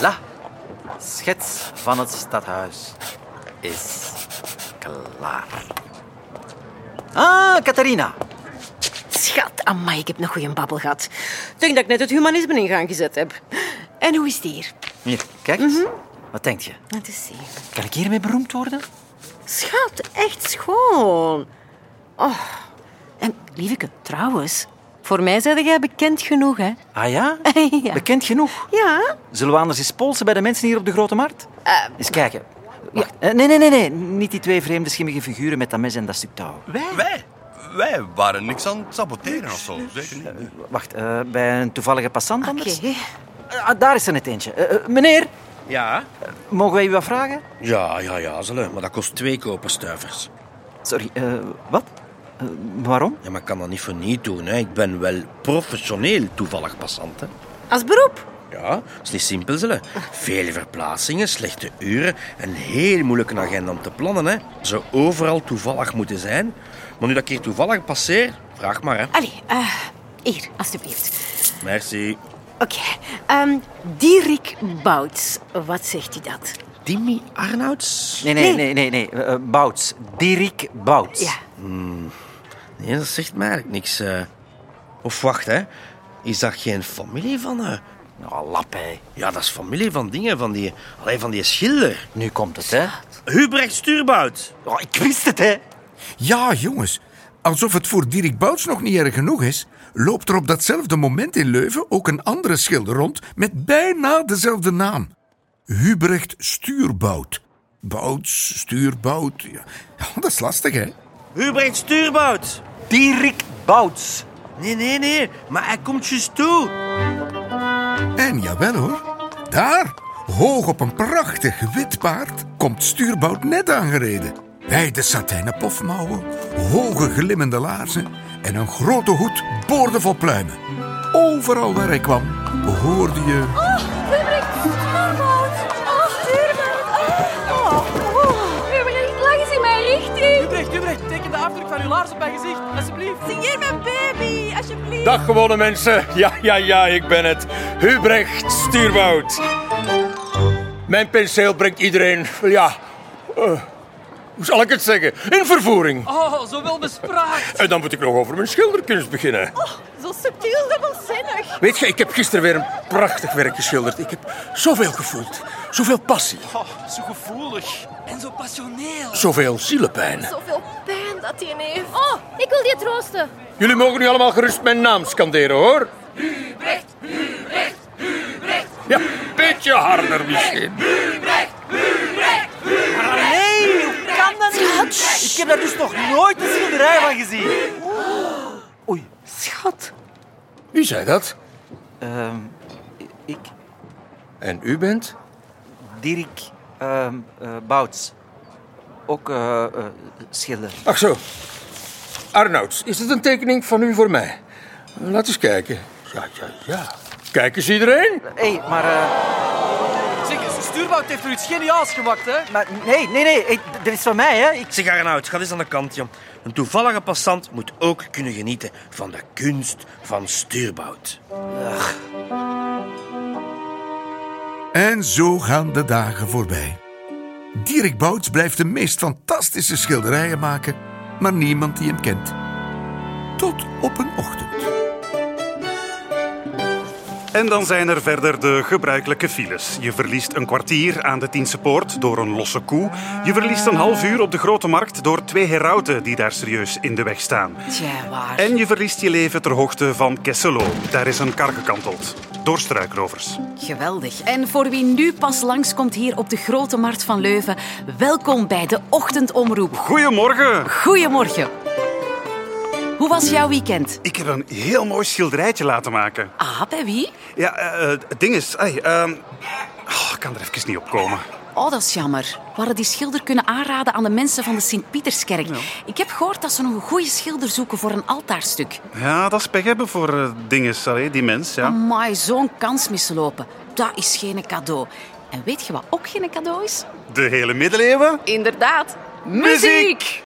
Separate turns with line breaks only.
La schets van het stadhuis is klaar. Ah, Catharina.
Schat, amai, ik heb nog een babbel gehad. Ik denk dat ik net het humanisme in gang gezet heb. En hoe is het hier?
Hier, kijk eens.
Mhm.
Wat denk je?
Laat eens zien.
Kan ik hiermee beroemd worden?
Schat, echt schoon. Oh. En lieveke, trouwens, voor mij zijde jij bekend genoeg, hè?
Ah ja?
Ja.
Bekend genoeg.
Ja?
Zullen we anders eens polsen bij de mensen hier op de Grote Markt?
Eh,
eens kijken. Wacht. Eh, nee, nee, nee, nee. Niet die twee vreemde schimmige figuren met dat mes en dat stuk touw.
Wij? Wij waren niks aan het saboteren of zo. Zeker niet.
Wacht, eh, bij een toevallige passant
Oké.
anders? Ah, daar is er net eentje. Eh, eh, meneer,
Ja?
mogen wij u wat vragen?
Ja, ja, ja, zullen. Maar dat kost twee koperstuivers.
Sorry, eh, wat? Eh, waarom?
Ja, maar ik kan dat niet voor niet doen, hè. Ik ben wel professioneel toevallig passant, hè.
Als beroep?
Ja, is niet simpel, zullen. Vele verplaatsingen, slechte uren, een heel moeilijke agenda om te plannen, hè. Zou overal toevallig moeten zijn. Maar nu dat ik hier toevallig passeer, vraag maar, hè.
Allee, eh, hier, alstublieft.
Merci.
Oké. ehm Dierik Bouts, wat zegt hij dat?
Timmy Arnouds?
Nee, nee, nee, nee. nee. Eh, Bouts. Dirk Bouts.
Ja.
Nee, dat zegt mij eigenlijk niks. eh. Of wacht, hè. Is dat geen familie van... eh,
Nou, lap, hè.
Ja, dat is familie van dingen, van die, alleen van die schilder.
Nu komt het, hè.
Hubrecht Stuurbout.
Oh, ik wist het, hè.
Ja, jongens. Alsof het voor Dirk Bouts nog niet erg genoeg is, loopt er op datzelfde moment in Leuven ook een andere schilder rond met bijna dezelfde naam. Hubrecht Stuurbout. Bouts, Stuurbout. Ja, ja, dat is lastig, hè?
Hubrecht Stuurbout.
Dirk Bouts.
Nee, nee, nee, maar hij komt juist toe.
En jawel hoor, daar, hoog op een prachtig wit paard, komt Stuurbout net aangereden. Wijde satijnen pofmouwen, hoge glimmende laarzen en een grote hoed boordevol pluimen. Overal waar hij kwam, hoorde je...
Hubert, stuurboot! Oh, stuurboot! Oh, oh. Hubert, lag eens in mijn richting!
Hubrecht, Hubrecht, teken de afdruk van uw laars op mijn gezicht, alsjeblieft.
Signeer mijn baby, alsjeblieft!
Dag gewone mensen. Ja, ja, ja, ik ben het. Hubrecht Stuurwoud. Mijn penseel brengt iedereen, wel ja, eh, hoe zal ik het zeggen, in vervoering.
Oh, zo wel bespraakt.
En dan moet ik nog over mijn schilderkunst beginnen.
Oh, Zo subtiel dubbelzinnig!
Weet je, ik heb gisteren weer een prachtig werk geschilderd. Ik heb zoveel gevoeld, zoveel passie,
zo gevoelig. En zo passioneel.
zoveel zielepijn.
Zoveel pijn dat hij heeft. Oh, ik wil je troosten.
Jullie mogen nu allemaal gerust mijn naam scanderen, hoor. Hubrecht, Hubrecht, Hubrecht. Ja, een beetje harder misschien.
Nee, hoe kan dat niet? Ik heb daar dus nog nooit een schilderij van gezien. Oei.
Schat.
Wie zei dat?
Ehm, ik,
En u bent?
Dirk ehm, eh, Bouts. Ook eh, eh, schilder.
Ach zo. Arnouds, is het een tekening van u voor mij? Laat eens kijken. Ja, ja, ja. Kijk eens iedereen.
Hé, maar... eh,
Zeg, Stuurbout heeft er iets geniaals gemaakt, hè?
maar nee, nee, nee. Hey, d- dat is van mij, hè. Ik,
Zeg Arnoud, ga eens aan de kant, jong. Een toevallige passant moet ook kunnen genieten van de kunst van Stuurbout.
En zo gaan de dagen voorbij. Dirk Bouts blijft de meest fantastische schilderijen maken, maar niemand die hem kent. Tot op een ochtend.
En dan zijn er verder de gebruikelijke files. Je verliest een kwartier aan de Tiense Poort door een losse koe. Je verliest een half uur op de Grote Markt door twee herauten die daar serieus in de weg staan.
Tja, waar.
En je verliest je leven ter hoogte van Kesselo. Daar is een kar gekanteld. Door struikrovers.
Geweldig. En voor wie nu pas langskomt hier op de Grote Markt van Leuven, welkom bij de Ochtendomroep.
Goedemorgen!
Goedemorgen. Hoe was jouw weekend?
Ik heb een heel mooi schilderijtje laten maken.
Ah, bij wie?
Ja, eh, eh, het ding is... hey, ehm, oh, ik kan er even niet op komen.
Oh, dat is jammer. We hadden die schilder kunnen aanraden aan de mensen van de Sint-Pieterskerk. Ik heb gehoord dat ze nog een goede schilder zoeken voor een altaarstuk.
Ja, dat is pech hebben voor eh, dinges, allee, die mens, ja.
Maar zo'n kans mislopen, dat is geen cadeau. En weet je wat ook geen cadeau is?
De hele middeleeuwen?
Inderdaad, muziek!